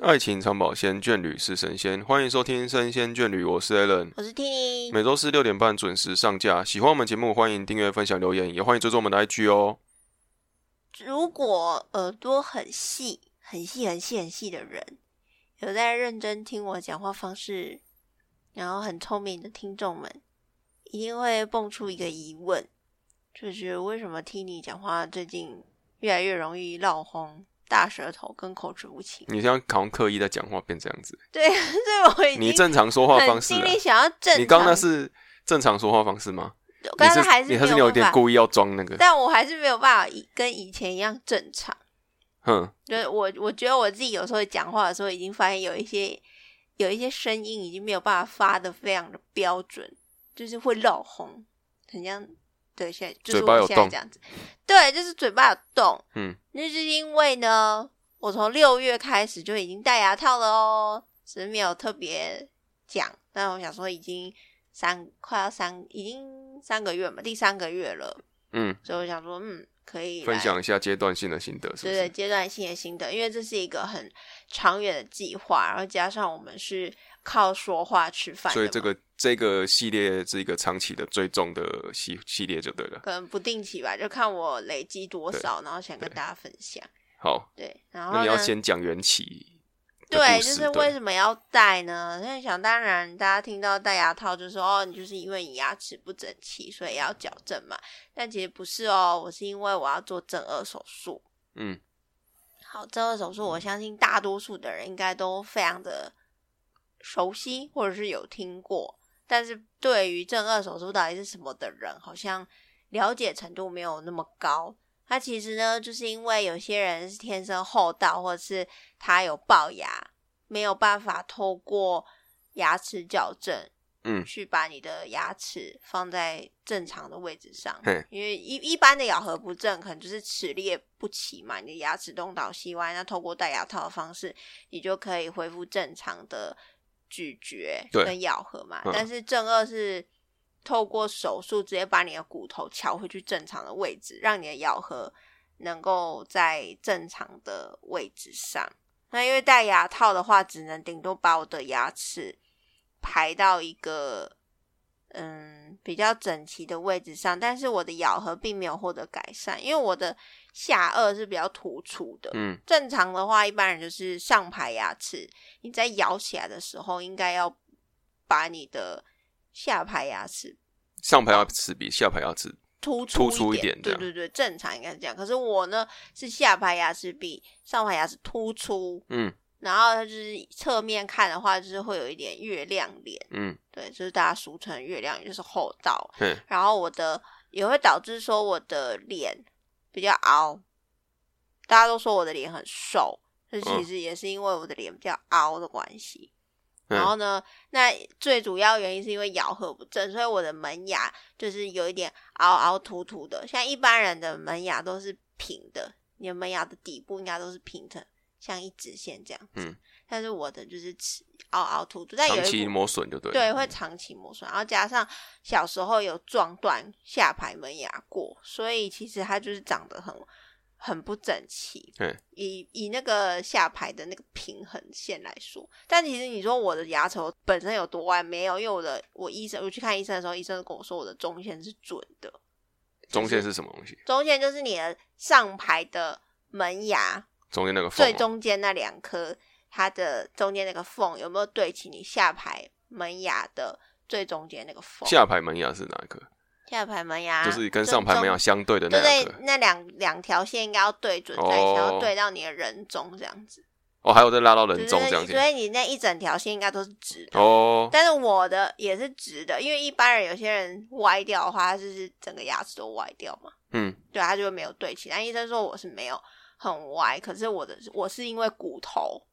爱情长保鲜，眷侣是神仙。欢迎收听《生仙眷侣》，我是 Allen。我是 Tini，每周四六点半准时上架。喜欢我们节目，欢迎订阅、分享、留言，也欢迎追踪我们的 IG 哦。如果耳朵很细、很细、很细、很细的人，有在认真听我讲话方式，然后很聪明的听众们，一定会蹦出一个疑问，就是为什么听你讲话最近越来越容易绕红、大舌头跟口齿无清？ 你这样好像刻意在讲话变这样子，对，这我已经你正常说话很方式、尽啊，力想要正常。你刚刚那是正常说话方式吗？我你刚才还你还没是你有有办点法，故意要装那个？但我还是没有办法以跟以前一样正常。哼，就是我我觉得我自己有时候讲话的时候，已经发现有一些有一些声音已经没有办法发的非常的标准，就是会漏红，很像对现在就是嘴巴有我现在洞这样子，对，就是嘴巴有洞，嗯，那就是因为呢，我从六月开始就已经戴牙套了哦，只是没有特别讲，但我想说已经三快要三已经三个月嘛，第三个月了，嗯，所以我想说嗯可以分来享一下阶段性的心得，是不对是？对，阶段性的心得，因为这是一个很长远的计划，然后加上我们是靠说话吃饭的所以嘛，这个这个系列是一个长期的追踪的系系列就对了。可能不定期吧，就看我累积多少，然后想跟对大家分享。好，对，然后那你要呢先讲缘起的对，故就事是为什么要戴呢？因为想当然，大家听到戴牙套就说哦，你就是因为你牙齿不整齐，所以要矫正嘛。但其实不是哦，我是因为我要做正颌手术。嗯，好，这个手术我相信大多数的人应该都非常的熟悉，或者是有听过，但是对于正颌手术到底是什么的人，好像了解程度没有那么高。它其实呢，就是因为有些人是天生厚道，或者是他有龅牙，没有办法透过牙齿矫正，嗯去把你的牙齿放在正常的位置上嘿，因为一一般的咬合不正，可能就是齿列不齐嘛，你的牙齿东倒西歪，那透过戴牙套的方式，你就可以恢复正常的咀嚼对跟咬合嘛。嗯但是正颚是透过手术直接把你的骨头敲回去正常的位置，让你的咬合能够在正常的位置上。那因为戴牙套的话，只能顶多把我的牙齿排到一个嗯比较整齐的位置上，但是我的咬合并没有获得改善，因为我的下颚是比较突出的。嗯，正常的话，一般人就是上排牙齿，你在咬起来的时候，应该要把你的下排牙齿上排牙齿比下排牙齿突突出出一一点这对样对对，正常应该是这样。可是我呢，是下排牙齿比上排牙齿突出，嗯然后它就是侧面看的话，就是会有一点月亮脸，嗯，对，就是大家俗称的月亮脸，就是厚道。嘿，然后我的也会导致说我的脸比较凹，大家都说我的脸很瘦，这嗯其实也是因为我的脸比较凹的关系。然后嗯呢，那最主要原因是因为咬合不正，所以我的门牙就是有一点凹凹凸凸的。像一般人的门牙都是平的，你的门牙的底部应该都是平的，像一直线这样子。嗯但是我的就是齿凹凹凸凸，但有长一期部磨损就对了。对，会长期磨损，然后加上小时候有撞断下排门牙过，所以其实它就是长得很很不整齐嗯。以以那个下排的那个平衡线来说，但其实你说我的牙齿本身有多歪没有，因为我的我医生我去看医生的时候，医生跟我说我的中线是准的，中间是什么东西？中线就是你的上排的门牙中间那个缝啊最吗。中间那两颗，它的中间那个缝有没有对齐你下排门牙的最中间那个缝？下排门牙是哪一颗？下排门牙就是跟上排门牙正相对的中那对两对颗。，那两两条线应该要对准在一哦起，然后对到你的人中这样子，哦，还有再拉到就人是中这样你子。所以你那一整条线应该都是直的。哦，但是我的也是直的，因为一般人有些人歪掉的话，他就是整个牙齿都歪掉嘛，嗯，对，他就会没有对齐。但医生说我是没有很歪，可是我的我是因为骨头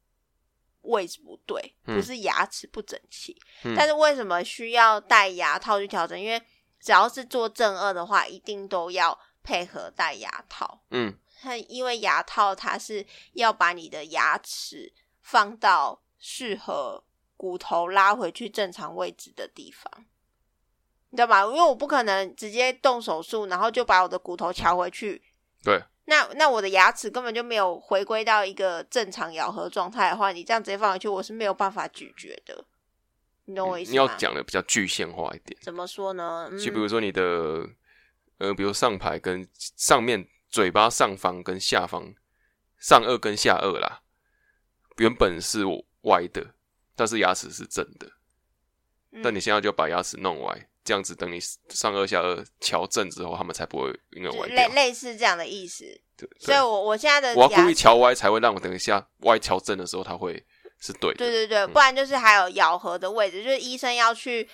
位置不对，嗯不是牙齿不整齐。嗯但是为什么需要戴牙套去调整？因为只要是做正颚的话，一定都要配合戴牙套。嗯，它因为牙套它是要把你的牙齿放到适合骨头拉回去正常位置的地方，你知道吗？因为我不可能直接动手术，然后就把我的骨头敲回去，对，那那我的牙齿根本就没有回归到一个正常咬合状态的话，你这样直接放回去，我是没有办法咀嚼的。你懂我意思嗯你吗？要讲的比较具象化一点，怎么说呢？嗯就比如说你的呃，比如上排跟上面嘴巴上方跟下方上颚跟下颚啦，原本是歪的，但是牙齿是正的，嗯但你现在就把牙齿弄歪，这样子等你上颚下颚矫正之后，他们才不会因为就歪类掉。类似这样的意思。对，所以我我现在的我要牙故意调歪，才会让我等一下歪调正的时候，它会是对的。嗯对对对，不然就是还有咬合的位置，就是医生要去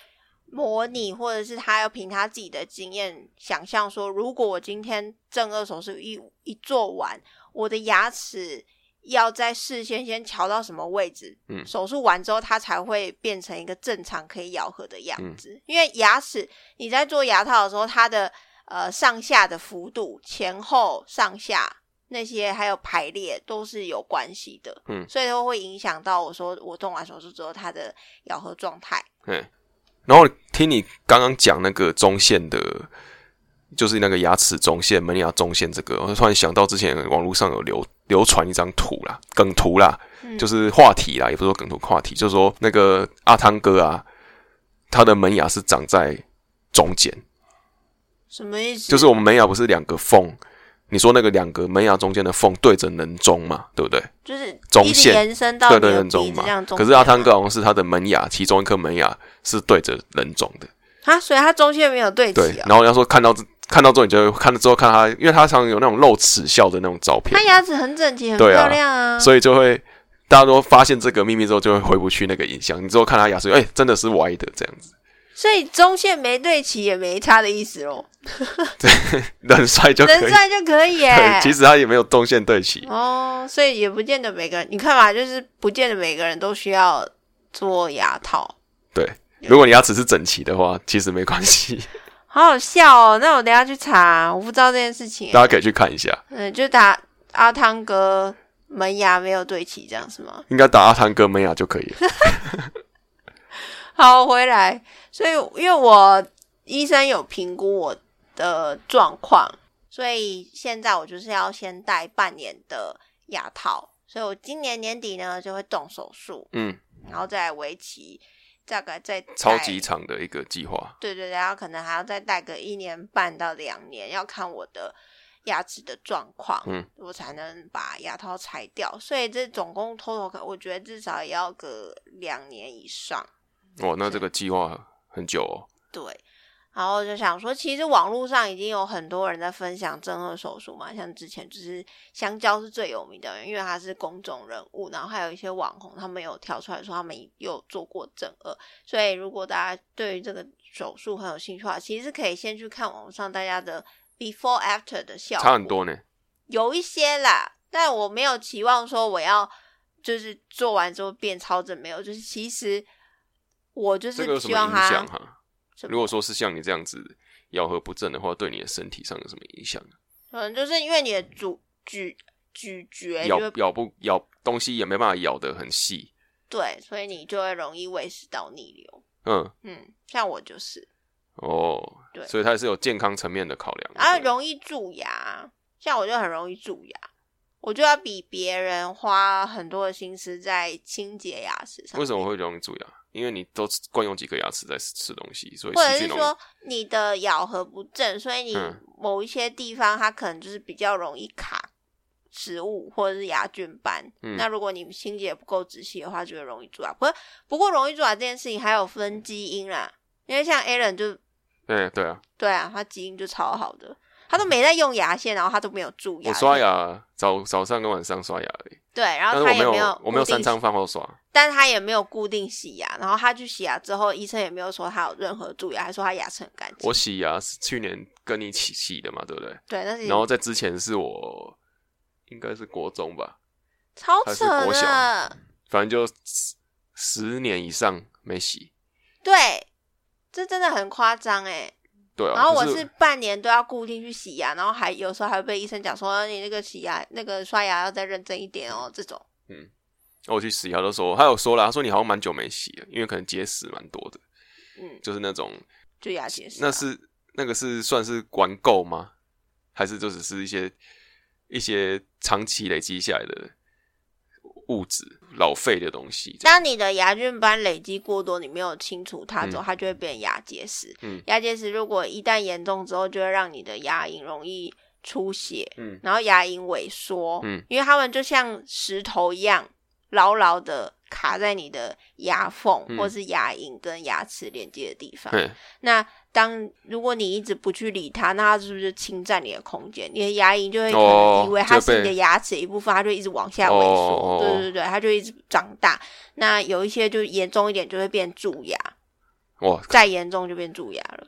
模拟，或者是他要凭他自己的经验想象说，如果我今天正颚手术一一做完，我的牙齿要在事先先调到什么位置，嗯手术完之后它才会变成一个正常可以咬合的嗯样子。因为牙齿你在做牙套的时候，它的呃上下的幅度、前后上下。那些还有排列都是有关系的，所以都会影响到我说我动完手术之后它的咬合状态。嗯，然后听你刚刚讲那个中线的，就是那个牙齿中线、门牙中线这个，我突然想到之前网络上有流流传一张图啦，梗图啦，嗯就是话题啦，也不是说梗图话题，就是说那个阿汤哥啊，他的门牙是长在中间，什么意思？就是我们门牙不是两个缝，你说那个两个门牙中间的缝对着人中嘛，对不对？就是中一直线延伸到对你对的人鼻中子嘛这样。中间嘛。啊可是阿汤哥好像是他的门牙，其中一颗门牙是对着人中的。啊，所以它中线没有对对齐，啊、然后人家说看到这看到之后，你就会看了之后看他，因为他常有那种露齿笑的那种照片它，牙齿很整齐，很对啊漂亮啊。所以就会大家都发现这个秘密之后，就会回不去那个影像。你之后看他牙齿，哎、真的是歪的这样子， 所以中线没对齐也没差的意思咯，人帅 就可人以。帅就可以耶、 对，其实他也没有中线对齐，哦，所以也不见得每个人，你看嘛，就是不见得每个人都需要做牙套。对。嗯如果你牙齿是整齐的话，其实没关 系，好好笑哦！那我等一下去查，我不知道这件事情耶、大家可以去看一下。嗯，就打阿汤哥门牙没有对齐，这样是吗？应该打阿汤哥门牙就可 以了。好，我回来。所以因为我医生有评估我的状况，所以现在我就是要先戴半年的牙套，所以我今年年底呢就会动手术，嗯，然后再为期大概再戴超级长的一个计划。对对对，然后可能还要再戴个一年半到两年，要看我的牙齿的状况，嗯，我才能把牙套拆掉。所以这总共偷偷看，我觉得至少也要个两年以上。哇，那这个计划很久哦。对，然后就想说，其实网络上已经有很多人在分享正颌手术嘛，像之前就是香蕉是最有名的，因为他是公众人物，然后还有一些网红，他们有跳出来说他们有做过正颚，所以如果大家对于这个手术很有兴趣的话，其实可以先去看网上大家的 before after 的效果，差很多呢。有一些啦，但我没有期望说我要就是做完之后变超正，没有，就是其实我就这个有是什希么望影他响啊哈？什么如果说是像你这样子咬合不正的话，对你的身体上有什么影响？可能就是因为你的咀咀咀嚼哎就咬会咬不咬东西也没办法咬得很细。对，所以你就会容易胃食道逆流。嗯，嗯，像我就是，哦，对所以它是有健康层面的考量。然后嗯对啊容易蛀牙，像我就很容易蛀牙，我就要比别人花很多的心思在清洁牙齿上面。为什么会容易蛀牙？因为你都吃惯用几个牙齿在吃吃东西，所以或者细是菌容说易。你的咬合不正，所以你嗯某一些地方它可能就是比较容易卡食物或者是牙菌斑。嗯那如果你清洁不够仔细的话，就会容易蛀牙。不过不过容易蛀牙这件事情还有分基因啦，因为像 Alan 就对对啊，对啊，他基因就超好的，他都没在用牙线，然后他都没有蛀牙。我刷牙早早上跟晚上刷牙而已，对，然但后是他我也没有我没有固定三餐饭后刷。但是他也没有固定洗牙，然后他去洗牙之后，医生也没有说他有任何蛀牙，还说他牙齿很干净我。洗牙是去年跟你一起洗的嘛，对不对？对，但是然后在之前是我应该是国中吧，超他是扯国小的。反正就十十年以上没洗。对，这真的很夸张哎。对啊，然后我可是是半年都要固定去洗牙，然后还有时候还会被医生讲说你那个洗牙、那个刷牙要再认真一点哦。这种哦我去洗，他都说，他有说了，他说你好像蛮久没洗了，因为可能结石蛮多的，嗯就是那种，就牙结石啊，那是那个是算是玩够吗？还是就只是一些一些长期累积下来的物质、老废的东西。这样当你的牙菌斑累积过多，你没有清除它之后，嗯它就会变牙结石。嗯牙结石如果一旦严重之后，就会让你的牙龈容易出血，嗯然后牙龈萎缩，嗯，因为它们就像石头一样牢牢的卡在你的牙缝、嗯或是牙龈跟牙齿连接的地方。嗯，那当如果你一直不去理它，那它是不是侵占你的空间？你的牙龈就会可哦能以为它就是被你的牙齿的一部分，它就一直往下萎哦哦哦缩。对对对，它就一直长大。那有一些就严重一点，就会变蛀牙，哇，再严重就变蛀牙了。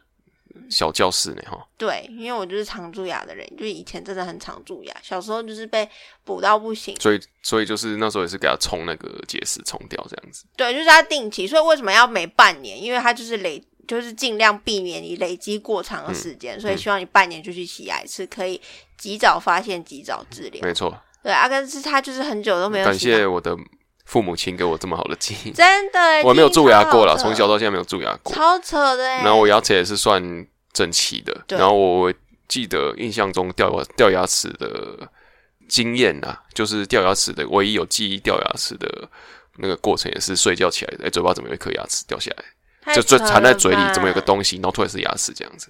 小教室呢哈，对，因为我就是常蛀牙的人，就是以前真的很常蛀牙，小时候就是被补到不行。所以所以就是那时候也是给他冲那个结石冲掉这样子。对，就是它定期，所以为什么要每半年？因为它就是累，就是尽量避免你累积过嗯长的时间，所以希望你半年就去洗牙一次，可以及早发现、及早治疗。没错，对，阿根是他就是很久都没有感洗牙谢我的父母亲给我这么好的基因。真的，我没有蛀牙过啦，真的从小到现在没有蛀牙过。超扯的哎、然后我牙齿也是算整齐的，对然后我记得印象中掉牙掉牙齿的经验啊，就是掉牙齿的唯一有记忆掉牙齿的那个过程，也是睡觉起来，哎、嘴巴怎么有一颗牙齿掉下来，太就就扯了含在嘴里吧，怎么有个？东西，然后突然是牙齿这样子，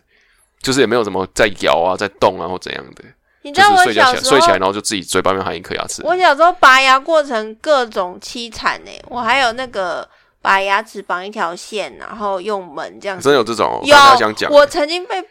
就是也没有怎么在摇啊，在动啊或怎样的，你知就道是我睡觉小起来时睡起来，候，然后就自己嘴巴里面含一颗牙齿，我小时候拔牙过程各种凄惨哎、我还有那个把牙齿绑一条线，然后用门这样子真的有这种、哦，我有刚才想讲，我曾经被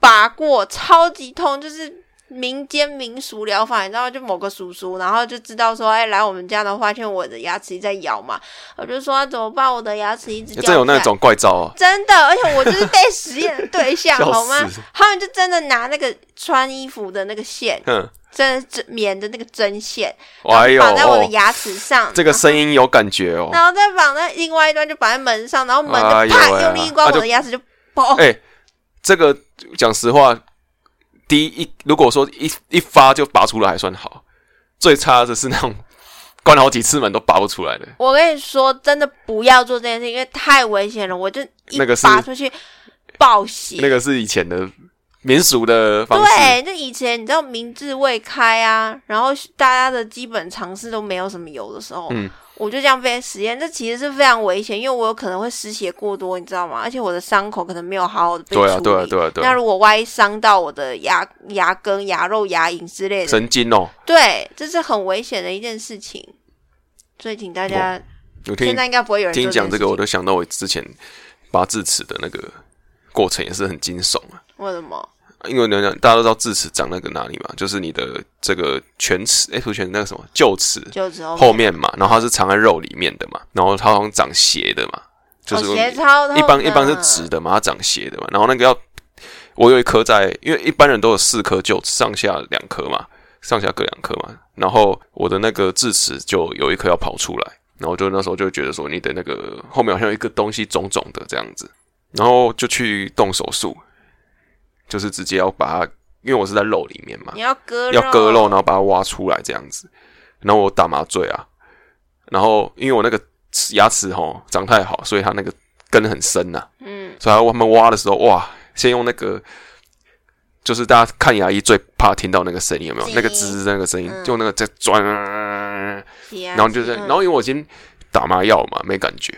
拔过，超级痛，就是民间民俗疗法，你知道吗？就某个叔叔，然后就知道说，哎，来我们家的话，现在我的牙齿一直在咬嘛，我就说、啊怎么办？我的牙齿一直掉真哎有那下来种怪招啊，真的，而且我就是被实验的 对象，笑好吗死？他们就真的拿那个穿衣服的那个线，哼，真的针棉的那个针线，哎呦，绑在我的哦牙齿上，这个声音有感觉哦，然后再绑在另外一端，就绑在门上，然后门哎就呦啪喂用力一关，啊我就的牙齿就爆。哎、这个讲实话，第一如果说一一发就拔出来还算好，最差的是那种关了好几次门都拔不出来的，我跟你说，真的不要做这件事，因为太危险了。我就一那个是拔出去爆血，那个是以前的民俗的方式。对，就以前你知道民智未开啊，然后大家的基本常识都没有什么有的时候，嗯我就这样被实验，这其实是非常危险，因为我有可能会失血过多，你知道吗？而且我的伤口可能没有好好的被处对理。啊，对啊，对啊，对那啊，如果万一伤到我的牙、牙根、牙肉、牙龈之类的，神经哦！对，这是很危险的一件事情。所以请大家，我哦听现你在应该不会有人听你做讲这件个，我事都想到我之前拔智齿的那个过程也是很惊悚啊。情为什么？因为呢，大家都知道智齿长那个哪里嘛，就是你的这个全齿，哎、不是全那个什么臼齿，就哦只有后面嘛，然后它是藏在肉里面的嘛，然后它好像长斜的嘛，就是哦、斜超痛一般一般是的直的嘛，它长斜的嘛，然后那个要我有一颗在，因为一般人都有四颗臼齿，上下两颗嘛，上下各两颗嘛，然后我的那个智齿就有一颗要跑出来，然后就那时候就觉得说你的那个后面好像有一个东西肿肿的这样子，然后就去动手术，就是直接要把它，因为我是在肉里面嘛你，要割要割肉，然后把它挖出来这样子。然后我打麻醉啊，然后因为我那个牙齿吼长太好，所以它那个根很深呐、嗯，所以他们挖的时候，哇，先用那个，就是大家看牙医最怕听到那个声音有没有滋？那个吱那个声音，嗯就那个在转，然啊然后就是，然后因为我已经打麻药嘛，没感觉，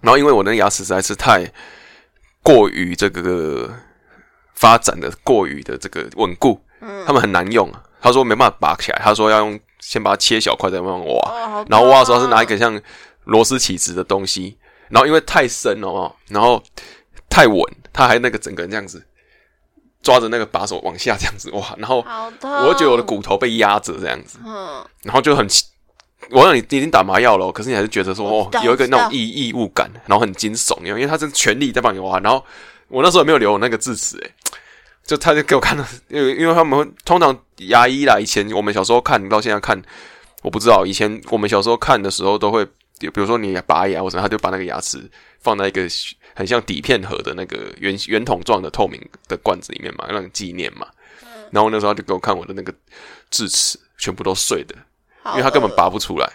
然后因为我的牙齿实在是太过于这个发展的过于的这个稳固，嗯他们很难用啊。他说没办法拔起来，他说要用先把它切小块再慢慢挖，哦好嗯然后挖的时候痛是拿一个像螺丝起子的东西，然后因为太深了哦，然后太稳，他还那个整个人这样子抓着那个把手往下这样子哇，然后好哦痛，我就觉得我的，骨头被压着这样子，嗯，然后就很奇，我让你已经打麻药了哦，可是你还是觉得说我哦知道，有一个我知道那种异异物感，然后很惊悚，因为因为他真的全力在帮你挖，然后我那时候也没有留我那个智齿，哎，就他就给我看到，因为因为他们会通常牙医啦，以前我们小时候看到现在看，我不知道，以前我们小时候看的时候都会，比如说你拔牙或者他就把那个牙齿放在一个很像底片盒的那个圆圆筒状的透明的罐子里面嘛，让你纪念嘛。然后那时候他就给我看我的那个智齿全部都碎的，好因为他根本拔不出来。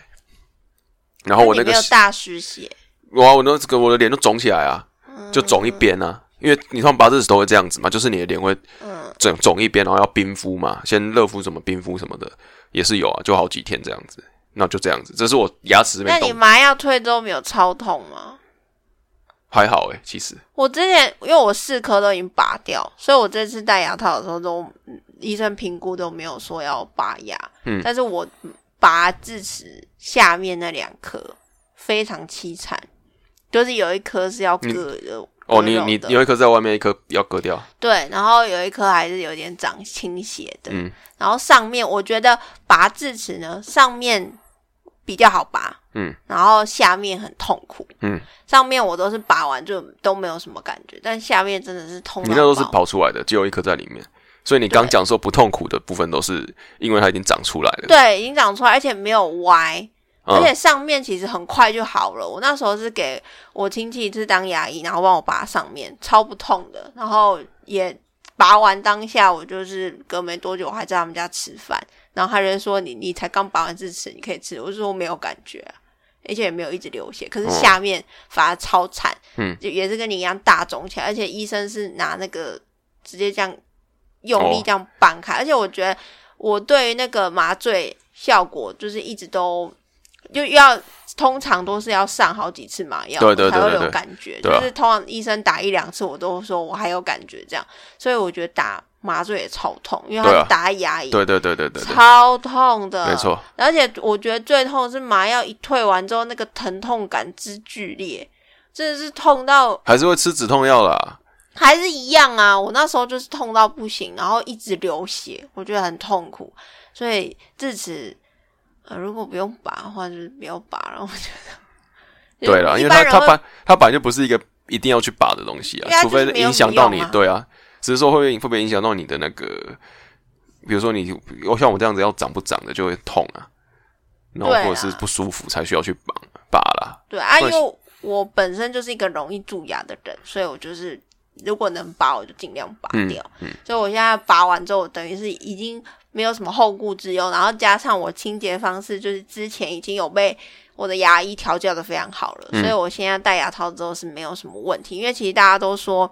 然恶，后我那你个没有大失血，嗯我我那个我的脸就肿起来啊，就肿一边啊，因为你通常拔智齿都会这样子嘛，就是你的脸会嗯，肿肿一边，然后要冰敷嘛，先热敷什么冰敷什么的也是有啊，就好几天这样子。那就这样子，这是我牙齿那没你动，麻药退之后没有超痛吗？还好诶、其实我之前因为我四颗都已经拔掉，所以我这次戴牙套的时候都嗯医生评估都没有说要拔牙，嗯但是我拔智齿下面那两颗非常凄惨，就是有一颗是要割的哦，割你肉你的有一颗在外面，一颗要割掉，对，然后有一颗还是有点长倾斜的，嗯然后上面我觉得拔智齿呢，上面比较好拔，嗯，然后下面很痛苦，嗯，上面我都是拔完就都没有什么感觉，但下面真的是痛你到那都是爆跑出来的，只有一颗在里面，所以你刚对讲说不痛苦的部分都是因为它已经长出来了，对，已经长出来，而且没有歪，而嗯且上面其实很快就好了。我那时候是给我亲戚是当牙医，然后帮我拔上面，超不痛的。然后也拔完当下，我就是隔没多久，我还在他们家吃饭，然后他人说你你才刚拔完智齿，你可以吃。我就说我没有感觉啊、而且也没有一直流血，可是哦下面反而超惨，嗯，就也是跟你一样大肿起来，而且医生是拿那个直接这样用力哦这样扳开，而且我觉得我对于那个麻醉效果就是一直都就要通常都是要上好几次麻药，对对对才会对对有感觉。对啊就是通常医生打一两次，我都说我还有感觉这样，所以我觉得打麻醉也超痛，因为对它啊是打牙龈，对对对对对对，超痛的，没。错，而且我觉得最痛的是麻药一退完之后，那个疼痛感之剧烈，真的是痛到还是会吃止痛药啦，还是一样啊！我那时候就是痛到不行，然后一直流血，我觉得很痛苦。所以智齿，呃，如果不用拔的话，就是不要拔了。我觉得，对啦，一因为般它人它会本它本来就不是一个一定要去拔的东西因为啊，它除就是非没有影响到你用啊，对啊，只是说会不会会不会影响到你的那个，比如说你我像我这样子要长不长的就会痛啊，然后对啦啊或者是不舒服才需要去拔拔啦，对啊，会因为我本身就是一个容易蛀牙的人，所以我就是如果能拔，我就尽量拔嗯掉。所以我现在拔完之后，我等于是已经没有什么后顾之忧，然后加上我清洁方式就是之前已经有被我的牙医调教的非常好了，嗯所以我现在戴牙套之后是没有什么问题。因为其实大家都说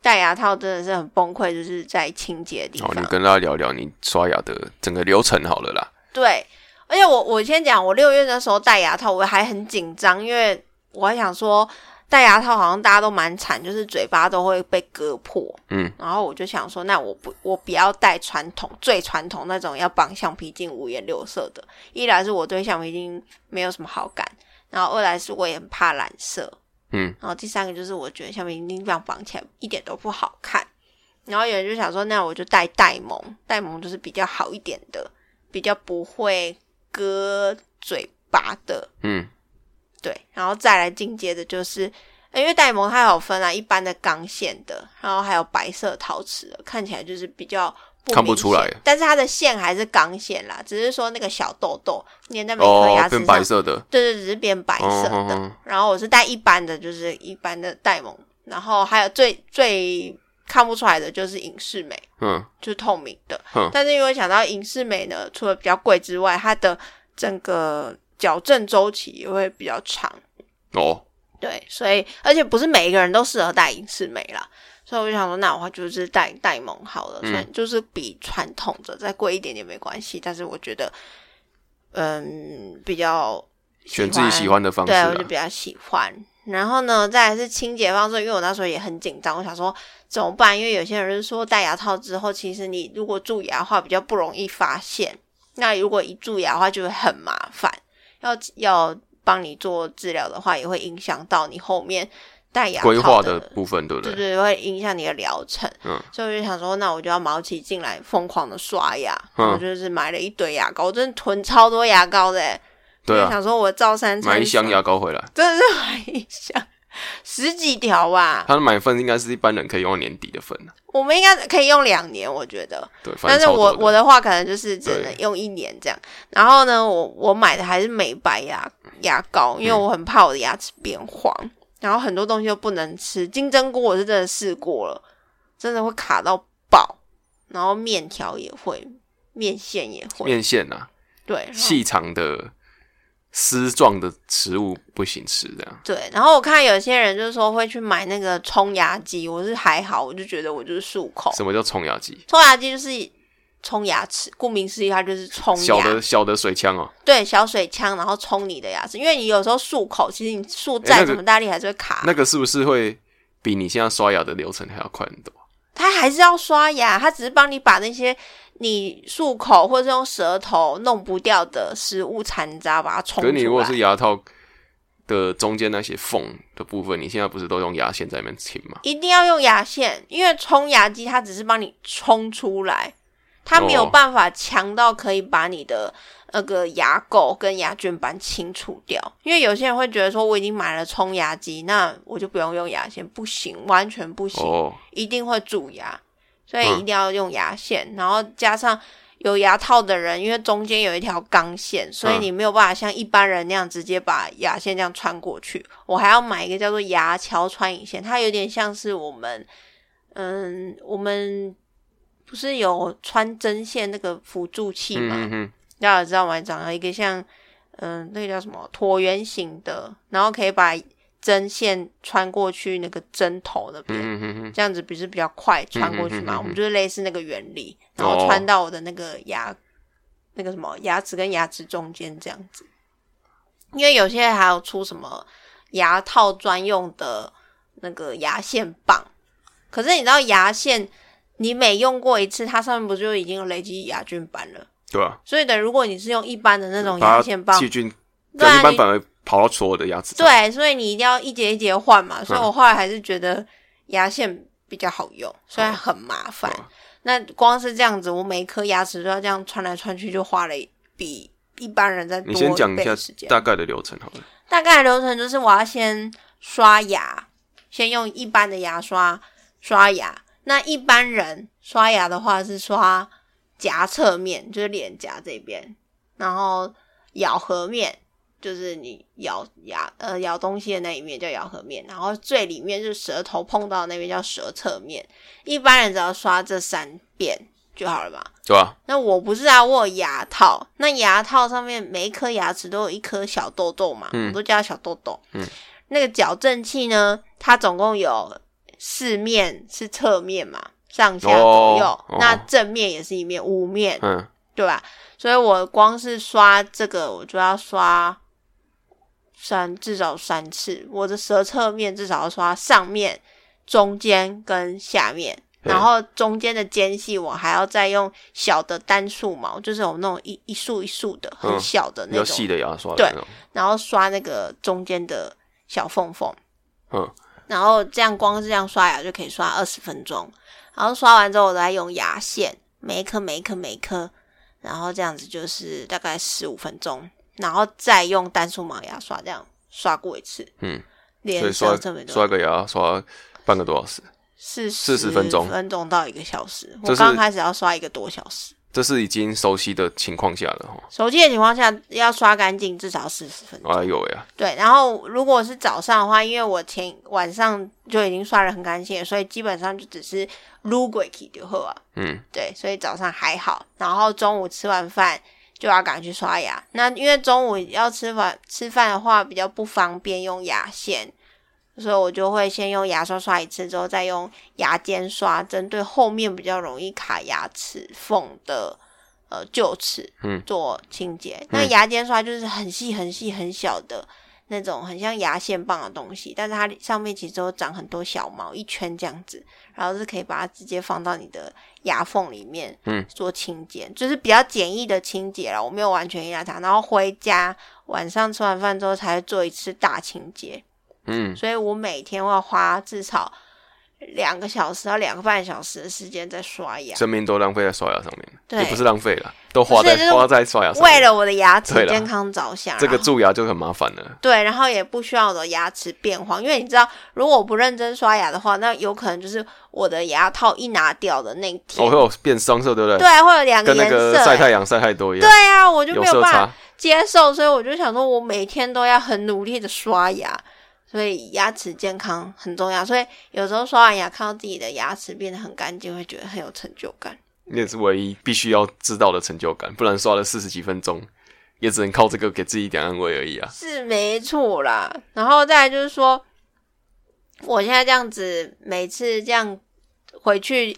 戴牙套真的是很崩溃，就是在清洁的地然哦方。后你跟大家聊聊你刷牙的整个流程好了啦，对，而且我我先讲，我六月的时候戴牙套，我还很紧张，因为我还想说戴牙套好像大家都蛮惨，就是嘴巴都会被割破。嗯，然后我就想说，那我不我不要戴传统最传统那种要绑橡皮筋五颜六色的，一来是我对橡皮筋没有什么好感，然后二来是我也很怕染色，嗯，然后第三个就是我觉得橡皮筋这样绑起来一点都不好看。然后有人就想说，那我就戴戴蒙，戴蒙就是比较好一点的，比较不会割嘴巴的，嗯，对，然后再来进阶的就是，呃因为戴蒙它有分啊，一般的钢线的，然后还有白色陶瓷的，看起来就是比较不看不明出来显，但是它的线还是钢线啦，只是说那个小痘痘粘在每颗哦牙，齿变上，白色的，对对，只是变白色哦的。哦哦然后我是戴一般的，就是一般的戴蒙，然后还有最最看不出来的就是隐适美，嗯，就是透明的嗯。但是因为想到隐适美呢，除了比较贵之外，它的整个矫正周期也会比较长。哦，对，所以而且不是每一个人都适合戴隐适美啦，所以我就想说，那我就是戴戴蒙好了，嗯算、就是比传统的再贵一点点没关系，但是我觉得，嗯，比较选自己喜欢的方式啊对，啊我啦就，比较喜欢。然后呢，再来是清洁方式，因为我那时候也很紧张，我想说怎么办？因为有些人是说戴牙套之后，其实你如果蛀牙的话比较不容易发现，那如果一蛀牙的话就会很麻烦，要要帮你做治疗的话，也会影响到你后面戴牙套规划的部分对不对对？对，会影响你的疗程。嗯，所以我就想说，那我就要毛起进来疯狂的刷牙，嗯然后就是买了一堆牙膏，我真的囤超多牙膏的欸。对因为啊，想说我照三餐买一箱刷牙膏回来，真的是买一箱十几条吧，他买份应该是一般人可以用到年底的份啊我们应该可以用两年，我觉得。对，反但正是超多我的我的话可能就是只对能用一年这样。然后呢，我我买的还是美白牙牙膏，因为嗯我很怕我的牙齿变黄，然后很多东西都不能吃。金针菇我是真的试过了，真的会卡到爆，然后面条也会，面线也会，面线啊，对，然后细长的丝状的食物不行吃，这样对，然后我看有些人就是说会去买那个冲牙机，我是还好，我就觉得我就是漱口。什么叫冲牙机？冲牙机就是冲牙齿，顾名思义，它就是冲小牙的，小的水枪哦、对，小水枪，然后冲你的牙齿。因为你有时候漱口，其实你漱哎那再个怎么大力还是会卡，那个是不是会比你现在刷牙的流程还要快很多？它还是要刷牙，它只是帮你把那些你漱口或者用舌头弄不掉的食物残渣把它冲可是你如出果来。是牙套的中间那些缝的部分，你现在不是都用牙线在那边清吗？一定要用牙线，因为冲牙机它只是帮你冲出来，它没有哦办法强到可以把你的那个牙垢跟牙菌斑清除掉。因为有些人会觉得说，我已经买了冲牙机，那我就不用用牙线，不行，完全不行，哦，一定会蛀牙，所以嗯一定要用牙线。然后加上有牙套的人，因为中间有一条钢线，所以嗯你没有办法像一般人那样直接把牙线这样穿过去。我还要买一个叫做牙桥穿引线，它有点像是我们，嗯，我们不是有穿针线那个辅助器嗯吗？嗯嗯，大家知道吗？长了一个像，嗯、那个叫什么椭圆形的，然后可以把针线穿过去那个针头那边。嗯嗯嗯嗯，这样子不是比较快穿过去嗯嗯嘛？嗯嗯嗯我们就是类似那个原理，然后哦穿到我的那个牙，那个什么牙齿跟牙齿中间这样子。因为有些还有出什么牙套专用的那个牙线棒，可是你知道牙线，你每用过一次，它上面不就已经有累积牙菌斑了？对吧、所以等于如果你是啊用一般的那种牙把线它棒，细菌，对啊一般你反而跑到所有的牙齿。，对，啊所以你一定要一节一节换嘛。所以我后来还是觉得牙线比较好用，虽然很麻烦。哦那光是这样子，我每一颗牙齿都要这样穿来穿去，就花了一比一般人再多你先讲一一倍下的时间。大概的流程好了。大概流程就是我要先刷牙，先用一般的牙刷刷牙。那一般人刷牙的话是刷颊侧面，就是脸颊这边，然后咬合面，就是你咬牙呃咬东西的那一面叫咬合面，然后最里面就是舌头碰到的那边叫舌侧面。一般人只要刷这三遍就好了吧？对吧、那我不是啊，我有牙套，那牙套上面每一颗牙齿都有一颗小痘痘嘛，嗯我都叫它小痘痘。嗯，那个矫正器呢，它总共有四面是侧面嘛，上下左右，哦哦那正面也是一面，五面，嗯，对吧？所以我光是刷这个，我就要刷三至少三次，我的舌侧面至少要刷上面、中间跟下面，嗯然后中间的间隙我还要再用小的单数毛，就是有那种一一束一束的很嗯小的比那较细种，的牙刷的对那种。然后刷那个中间的小缝缝。嗯，然后这样光是这样刷牙就可以刷二十分钟，然后刷完之后我再用牙线，每一颗每一颗每一颗，然后这样子就是大概十五分钟，然后再用单数毛牙刷这样刷过一次，嗯，所连以刷上这么多刷个牙刷半个多小时，四40分钟分钟到一个小时，这我是刚开始要刷一个多小时，这是已经熟悉的情况下了哈。手机的情况下要刷干净至少四十分钟。哎呦喂啊，对，然后如果是早上的话，因为我前晚上就已经刷的很干净了，所以基本上就只是撸鬼去就好啊。嗯，对，所以早上还好，然后中午吃完饭就要赶去刷牙。那因为中午要吃饭吃饭的话比较不方便用牙线，所以我就会先用牙刷刷一次，之后再用牙尖刷，针对后面比较容易卡牙齿缝的呃臼齿，嗯，做清洁。那牙尖刷就是很细很细很小的。那种很像牙线棒的东西，但是它上面其实都长很多小毛，一圈这样子，然后是可以把它直接放到你的牙缝里面，嗯，做清洁，就是比较简易的清洁了。我没有完全依赖它，然后回家晚上吃完饭之后才会做一次大清洁，嗯，所以我每天会花至少两个小时到两个半小时的时间在刷牙，生命都浪费在刷牙上面，啊对也不是浪费了，都花不是就在是花在刷牙上面。为了我的牙齿对啦健康着想。这个然后蛀牙就很麻烦了。对，然后也不需要我的牙齿变黄，因为你知道，如果我不认真刷牙的话，那有可能就是我的牙套一拿掉的那一天，哦，会有变双色，对不对？对，啊会有两跟那颜色、欸个晒太阳晒太多一样对，啊，我就有没有色办法差。接受，所以我就想说，我每天都要很努力的刷牙，所以牙齿健康很重要。所以有时候刷完牙，看到自己的牙齿变得很干净，会觉得很有成就感。那也是唯一必须要知道的成就感，不然刷了四十几分钟，也只能靠这个给自己一点安慰而已啊。是没错啦。然后再来就是说，我现在这样子，每次这样回去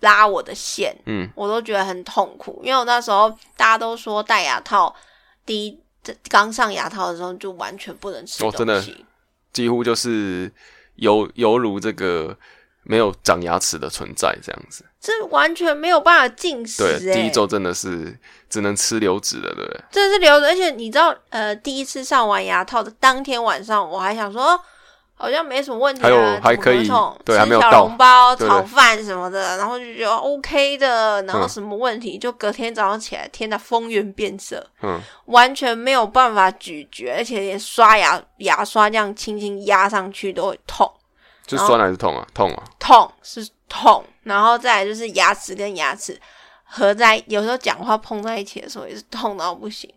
拉我的线，嗯，我都觉得很痛苦，因为我那时候大家都说戴牙套，第一刚上牙套的时候就完全不能吃东哦西，真的几乎就是犹犹如这个没有长牙齿的存在这样子。这完全没有办法进食、对，欸。第一周真的是只能吃流质的，对不对？真的是留着，而且你知道，呃，第一次上完牙套的当天晚上，我还想说，好像没什么问题、啊，还有怎么还可以会痛对吃还没有小到笼包、对炒饭什么的，然后就觉得 OK 的，然后嗯什么问题，就隔天早上起来，天呐，风云变色，嗯，完全没有办法咀嚼，而且连刷牙牙刷这样轻轻压上去都会痛，就然后酸还是痛啊？痛啊！痛是痛，然后再来就是牙齿跟牙齿合在，有时候讲话碰在一起的时候也是痛到不行。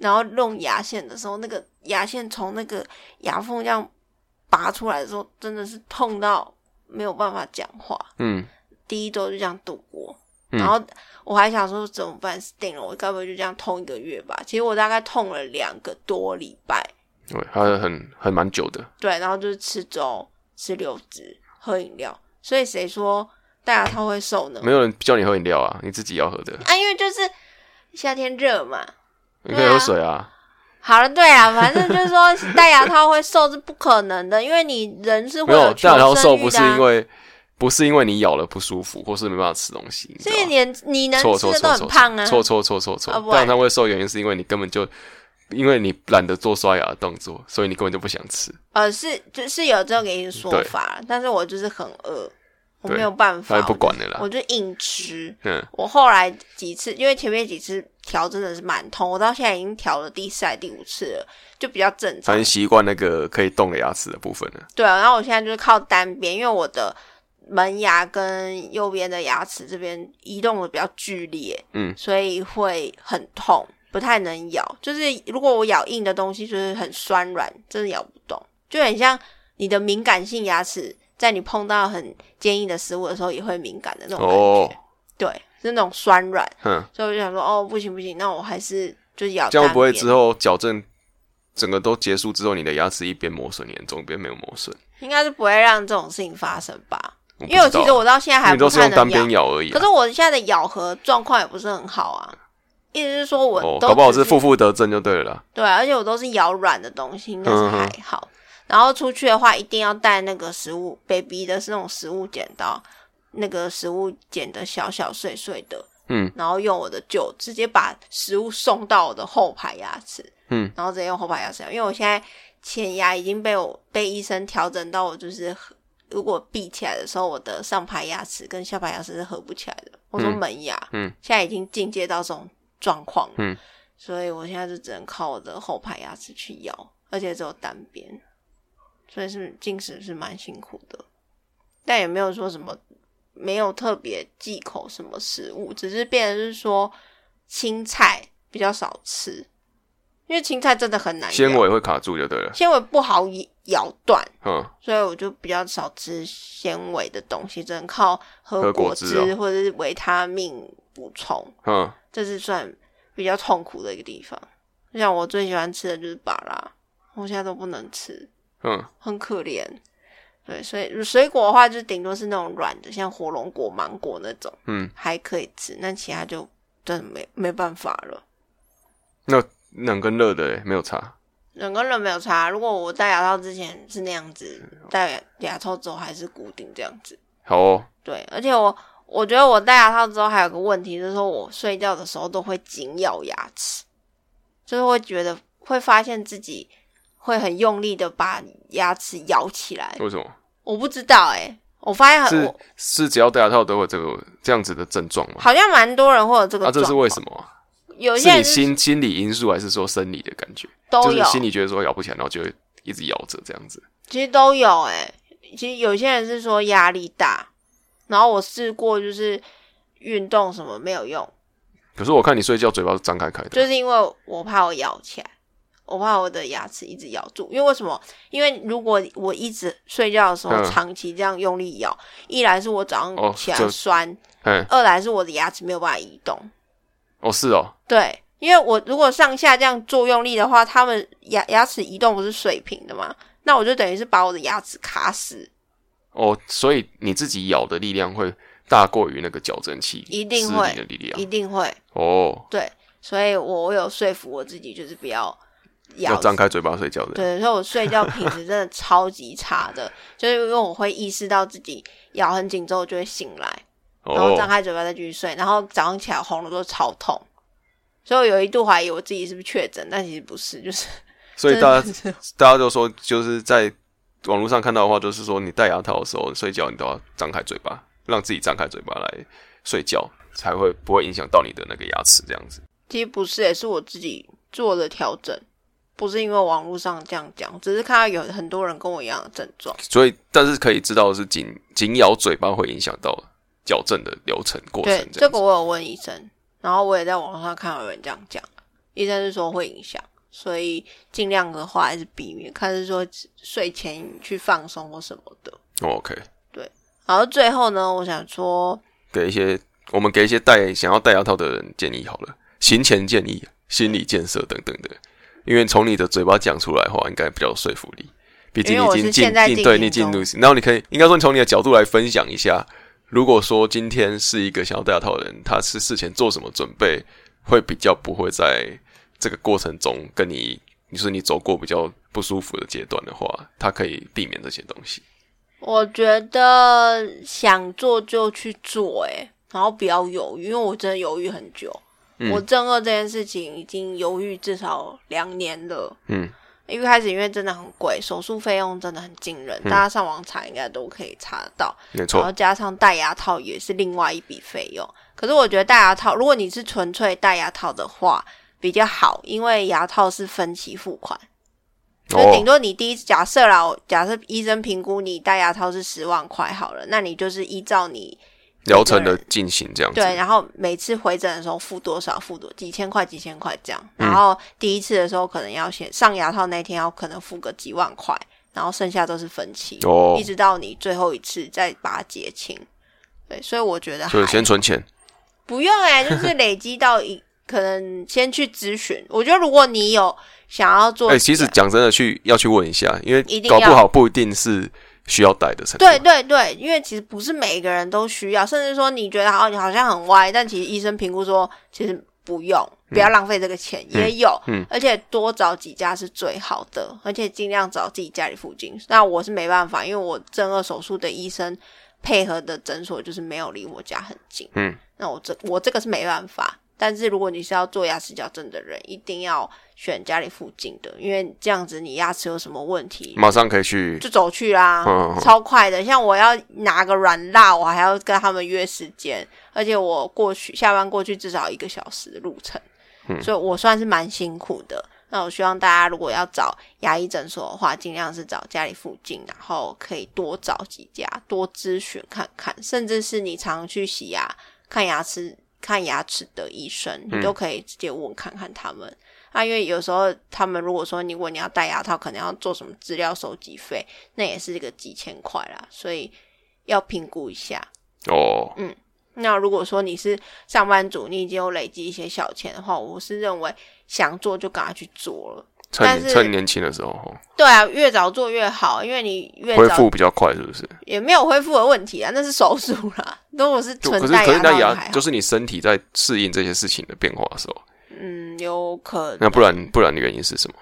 然后弄牙线的时候，那个牙线从那个牙缝这样拔出来的时候，真的是痛到没有办法讲话。嗯，第一周就这样度过，嗯然后我还想说怎么办，死定了，我该不会就这样痛一个月吧？其实我大概痛了两个多礼拜，对，还是很很蛮久的。对，然后就是吃粥、吃流质、喝饮料。所以谁说戴牙套会瘦呢？没有人叫你喝饮料啊，你自己要喝的。啊，因为就是夏天热嘛。你可以喝水啊，好了，对啊，反正就是 说戴牙套会瘦是不可能的，因为你人是没会有求大头瘦生不欲是的、啊因。为不是因为你咬了不舒服，或是没办法吃东西，你知所道以吗？你你能错吃错的都错很错胖啊，错错错错啊错不，然但它会瘦，原因是因为你根本就因为你懒得做刷牙的动作，所以你根本就不想吃。呃，是就是有这个说对法，但是我就是很饿，我对没有办他法，就不管了啦我就，我就硬吃。嗯，我后来几次，因为前面几次调真的是蛮痛，我到现在已经调了第四还是第五次了，就比较正反常正。习惯那个可以动的牙齿的部分了。对啊，然后我现在就是靠单边，因为我的门牙跟右边的牙齿这边移动的比较剧烈，嗯所以会很痛，不太能咬。就是如果我咬硬的东西，就是很酸软，真的咬不动，就很像你的敏感性牙齿，在你碰到很坚硬的食物的时候也会敏感的那种感觉，哦，对，是那种酸软。哼，所以我就想说，哦，不行不行，那我还是就咬单边。这样会不会之后矫正整个都结束之后，你的牙齿一边磨损严重，一边没有磨损？应该是不会让这种事情发生吧？我不因为我知道其实我到现在因还为都不是太用能单边咬而已、可啊。是我现在的咬合状况也不是很好啊。意思是说我哦，都、搞不好是负负得正就对了啦。对，啊而且我都是咬软的东西，应该是嗯还好。然后出去的话，一定要带那个食物，baby 的是那种食物剪刀，那个食物剪的小小碎碎的，嗯然后用我的臼直接把食物送到我的后排牙齿，嗯，然后直接用后排牙齿，因为我现在前牙已经被我被医生调整到我就是合如果闭起来的时候，我的上排牙齿跟下排牙齿是合不起来的，我说嗯门牙，嗯，现在已经进阶到这种状况了，嗯，所以我现在就只能靠我的后排牙齿去咬，而且只有单边，所以是进食是蛮辛苦的，但也没有说什么没有特别忌口什么食物，只是变成是说青菜比较少吃，因为青菜真的很难咬纤维会卡住就对了。纤维不好咬断，嗯，所以我就比较少吃纤维的东西，只能靠喝喝果果汁哦或者是维他命补充，嗯，这是算比较痛苦的一个地方。就像我最喜欢吃的就是芭拉，我现在都不能吃，嗯，很可怜。对，所以水果的话，就顶多是那种软的，像火龙果、芒果那种，嗯，还可以吃，那其他就真的没没办法了。那冷跟热的欸没有差。人跟人没有差，如果我戴牙套之前是那样子，戴牙牙套之后还是固定这样子。好哦，对，而且我我觉得我戴牙套之后还有个问题，就是说我睡觉的时候都会紧咬牙齿，就是会觉得会发现自己会很用力的把牙齿咬起来。为什么？我不知道哎、我发现很是哎我是只要戴牙套都会有这个这样子的症状吗？好像蛮多人会有这个啊，这状是况，为什么啊？有些是你人是心心理因素还是说生理的感觉？都就有是，心里觉得说咬不起来，然后就会一直咬着这样子。其实都有哎、其实有些人是说压力大，然后我试过就是运动什么没有用，可是我看你睡觉嘴巴是张开开的，就是因为我怕我咬起来，我怕我的牙齿一直咬住。因为为什么？因为如果我一直睡觉的时候嗯长期这样用力咬，一来是我早哦上起来就酸，哎，二来是我的牙齿没有办法移动。哦是哦，对，因为我如果上下这样作用力的话，他们牙牙齿移动不是水平的嘛，那我就等于是把我的牙齿卡死，哦，所以你自己咬的力量会大过于那个矫正器一定施会力的力一量。定会哦，对，所以我我有说服我自己，就是不要咬要张开嘴巴睡觉的。对，所以我睡觉品质真的超级差的，就是因为我会意识到自己咬很紧之后就会醒来，然后张哦，开嘴巴再继续睡，然后早上起来喉咙都超痛，所以我有一度怀疑我自己是不是确诊，但其实不是，就是所以大真家的是大家就说，就是在网络上看到的话，就是说你戴牙套的时候睡觉，你都要张开嘴巴，让自己张开嘴巴来睡觉，才会不会影响到你的那个牙齿这样子。其实不是、也是我自己做的调整，不是因为网络上这样讲，只是看到有很多人跟我一样的症状。所以，但是可以知道的是紧紧咬嘴巴会影响到矫正的流程过程对，这这样个子。我有问医生，然后我也在网上看到有人这样讲，医生是说会影响，所以尽量的话还是避免，看是说睡前去放松或什么的。哦 OK，然后最后呢，我想说，给一些我们给一些戴想要戴牙套的人建议好了，行前建议、心理建设等等的，因为从你的嘴巴讲出来的话，应该比较有说服力。毕竟因为你我已经是进现在进进对行你进入中，然后你可以应该说你从你的角度来分享一下，如果说今天是一个想要戴牙套的人，他是事前做什么准备，会比较不会在这个过程中跟你，你说你走过比较不舒服的阶段的话，他可以避免这些东西。我觉得想做就去做、欸，然后不要犹豫，因为我真的犹豫很久。嗯我正二这件事情已经犹豫至少两年了。嗯，一开始因为真的很贵，手术费用真的很惊人，嗯大家上网查应该都可以查得到。没然后错，加上戴牙套也是另外一笔费用。可是我觉得戴牙套，如果你是纯粹戴牙套的话比较好，因为牙套是分期付款，就顶哦，多你第一假设啦，我假设医生评估你戴牙套是十万块好了，那你就是依照你疗程的进行这样子。对，然后每次回诊的时候付多少付多几千块几千块这样，然后第一次的时候可能要先上牙套那天要可能付个几万块，然后剩下都是分期，哦一直到你最后一次再把它结清。对，所以我觉得所以还先存钱。不用 哎、就是累积到一可能先去咨询。我觉得如果你有想要做，哎、其实讲真的去，要去问一下，因为一定搞不要好不一定是需要带的程度。对对对，因为其实不是每一个人都需要，甚至说你觉得好，你好像很歪，但其实医生评估说其实不用，不要浪费这个钱，也有，嗯而且多找几家是最好的，而且尽量找自己家里附近。那我是没办法，因为我正颌手术的医生配合的诊所就是没有离我家很近，嗯，那我这我这个是没办法。但是如果你是要做牙齿矫正的人，一定要选家里附近的，因为这样子你牙齿有什么问题，马上可以去。就走去啦，嗯嗯嗯超快的。像我要拿个软蜡，我还要跟他们约时间，而且我过去下班过去至少一个小时的路程，嗯所以我算是蛮辛苦的。那我希望大家如果要找牙医诊所的话，尽量是找家里附近，然后可以多找几家，多咨询看看，甚至是你常去洗牙、看牙齿、看牙齿的医生，你都可以直接问看看他们。啊，因为有时候他们如果说你如果你要戴牙套，可能要做什么资料收集费，那也是个几千块啦，所以要评估一下。哦，那如果说你是上班族，你已经有累积一些小钱的话，我是认为想做就赶快去做了。但趁是趁年轻的时候，哦对啊，越早做越好，因为你越恢早复比较快，是不是？也没有恢复的问题啊，那是手术啦。如果是就纯可是戴可牙是套那的牙还好，就是你身体在适应这些事情的变化的时候，嗯，有可那能，不然不然的原因是什么？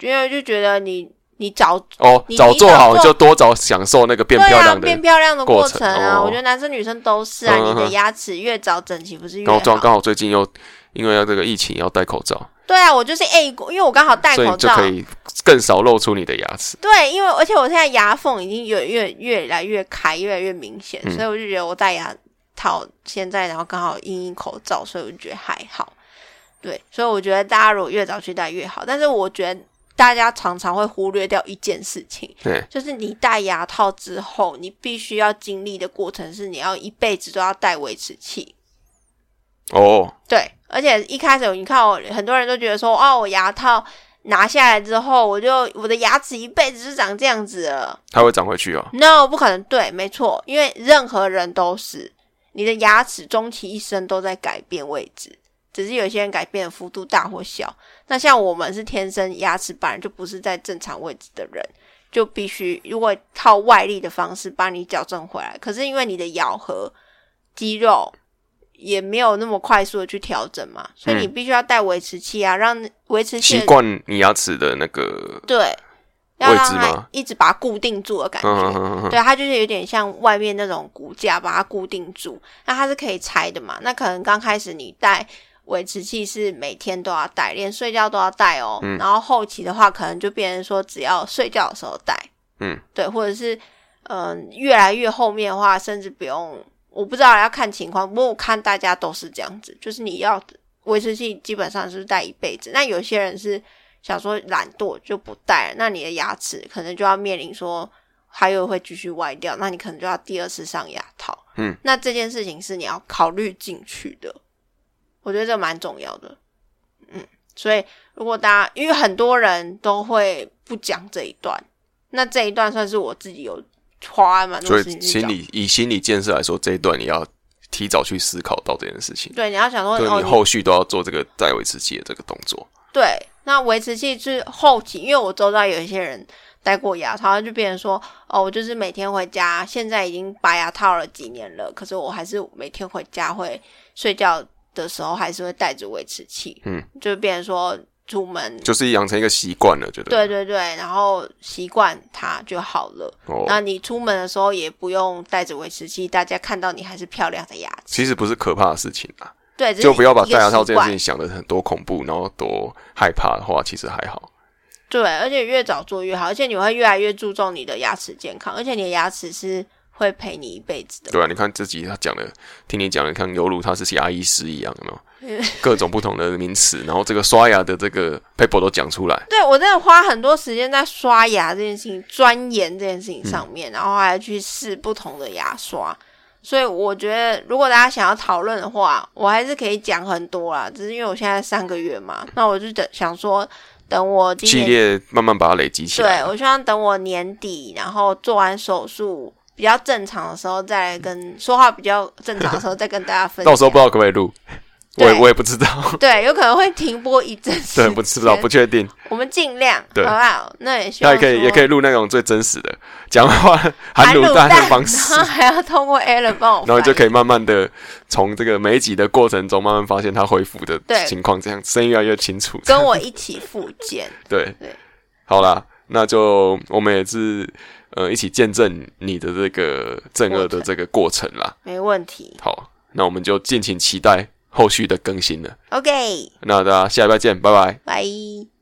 因为就觉得你你早哦你，早做好你早就做多早享受那个变漂亮对啊，变的，漂亮的过程过啊！程哦我觉得男生女生都是啊，嗯嗯嗯你的牙齿越早整齐不是越刚刚刚好？好最近又因为要这个疫情要戴口罩，对啊，我就是 A 过，因为我刚好戴所以口你就罩可。以更少露出你的牙齿。对，因为而且我现在牙缝已经越越越来越开，越来越明显，嗯所以我就觉得我戴牙套现在，然后刚好因应口罩，所以我就觉得还好。对，所以我觉得大家如果越早去戴越好，但是我觉得大家常常会忽略掉一件事情，对，就是你戴牙套之后，你必须要经历的过程是，你要一辈子都要戴维持器。哦，对，而且一开始你看我，很多人都觉得说，哦，我牙套拿下来之后，我就我的牙齿一辈子就长这样子了。它会长回去哦。 No，不可能，对，没错，因为任何人都是你的牙齿终其一生都在改变位置，只是有些人改变的幅度大或小。那像我们是天生牙齿本来就不是在正常位置的人，就必须如果靠外力的方式把你矫正回来。可是因为你的咬合肌肉也没有那么快速的去调整嘛，所以你嗯必须要戴维持器啊，让维持器习的惯你牙齿的那个，对，要让位置它吗一直把它固定住的感觉。嗯嗯嗯，对，啊它就是有点像外面那种骨架，把它固定住。那它是可以拆的嘛？那可能刚开始你戴维持器是每天都要戴，连睡觉都要戴哦。嗯然后后期的话，可能就变成说只要睡觉的时候戴。嗯，对，或者是嗯、呃越来越后面的话，甚至不用，我不知道要看情况。不过我看大家都是这样子，就是你要维持器基本上是戴一辈子。那有些人是想说懒惰就不戴了，那你的牙齿可能就要面临说还有会继续歪掉，那你可能就要第二次上牙套。嗯，那这件事情是你要考虑进去的，我觉得这蛮重要的。嗯，所以如果大家因为很多人都会不讲这一段，那这一段算是我自己有花蛮所多时以间去心讲。理以心理建设来说，这一段你要提早去思考到这件事情，对，你要想说就哦，你你后续都要做这个戴维持器的这个动作。对，那维持器是后期，因为我周遭有一些人戴过牙套，他就变成说，哦，我就是每天回家，现在已经拔牙套了几年了，可是我还是每天回家会睡觉的时候还是会带着维持器，嗯，就变成说出门，就是养成一个习惯了，觉得对对对，然后习惯它就好了。哦，那你出门的时候也不用带着维持器，大家看到你还是漂亮的牙齿。其实不是可怕的事情啊，对，只是就不要把一个戴牙套习这件事惯情想的很多恐怖，然后多害怕的话，其实还好。对，而且越早做越好，而且你会越来越注重你的牙齿健康，而且你的牙齿是会陪你一辈子的。对啊，你看自己他讲的，听你讲的，看犹如他是牙医师一样，有没嗯有？各种不同的名词，然后这个刷牙的这个 paper 都讲出来，对我真的花很多时间在刷牙这件事情、钻研这件事情嗯上面，然后还去试不同的牙刷。所以我觉得，如果大家想要讨论的话，我还是可以讲很多啦。只是因为我现在三个月嘛，那我就等想说，等我今系年列慢慢把它累积起来对，。我希望等我年底，然后做完手术比较正常的时候，再来跟说话比较正常的时候，再跟大家分享。到时候不知道可不可以录，我对也我也不知道， 对，有可能会停播一阵子。对，不知道，不，确定。我们尽量，好对不好？那也希那望也可以，也可以以录那种最真实的讲话含卤卤蛋蛋的方 式，然后还要通过 Alan 帮我翻译，然后你就可以慢慢的从这个每一集的过程中，慢慢发现他恢复的对情况，这样声音越来越清楚。跟我一起复健。对对好啦，那就我们也是呃一起见证你的这个正恶的这个过程啦。没问题好，那我们就敬请期待后续的更新了。 ，OK，那大家下礼拜见，拜拜。拜。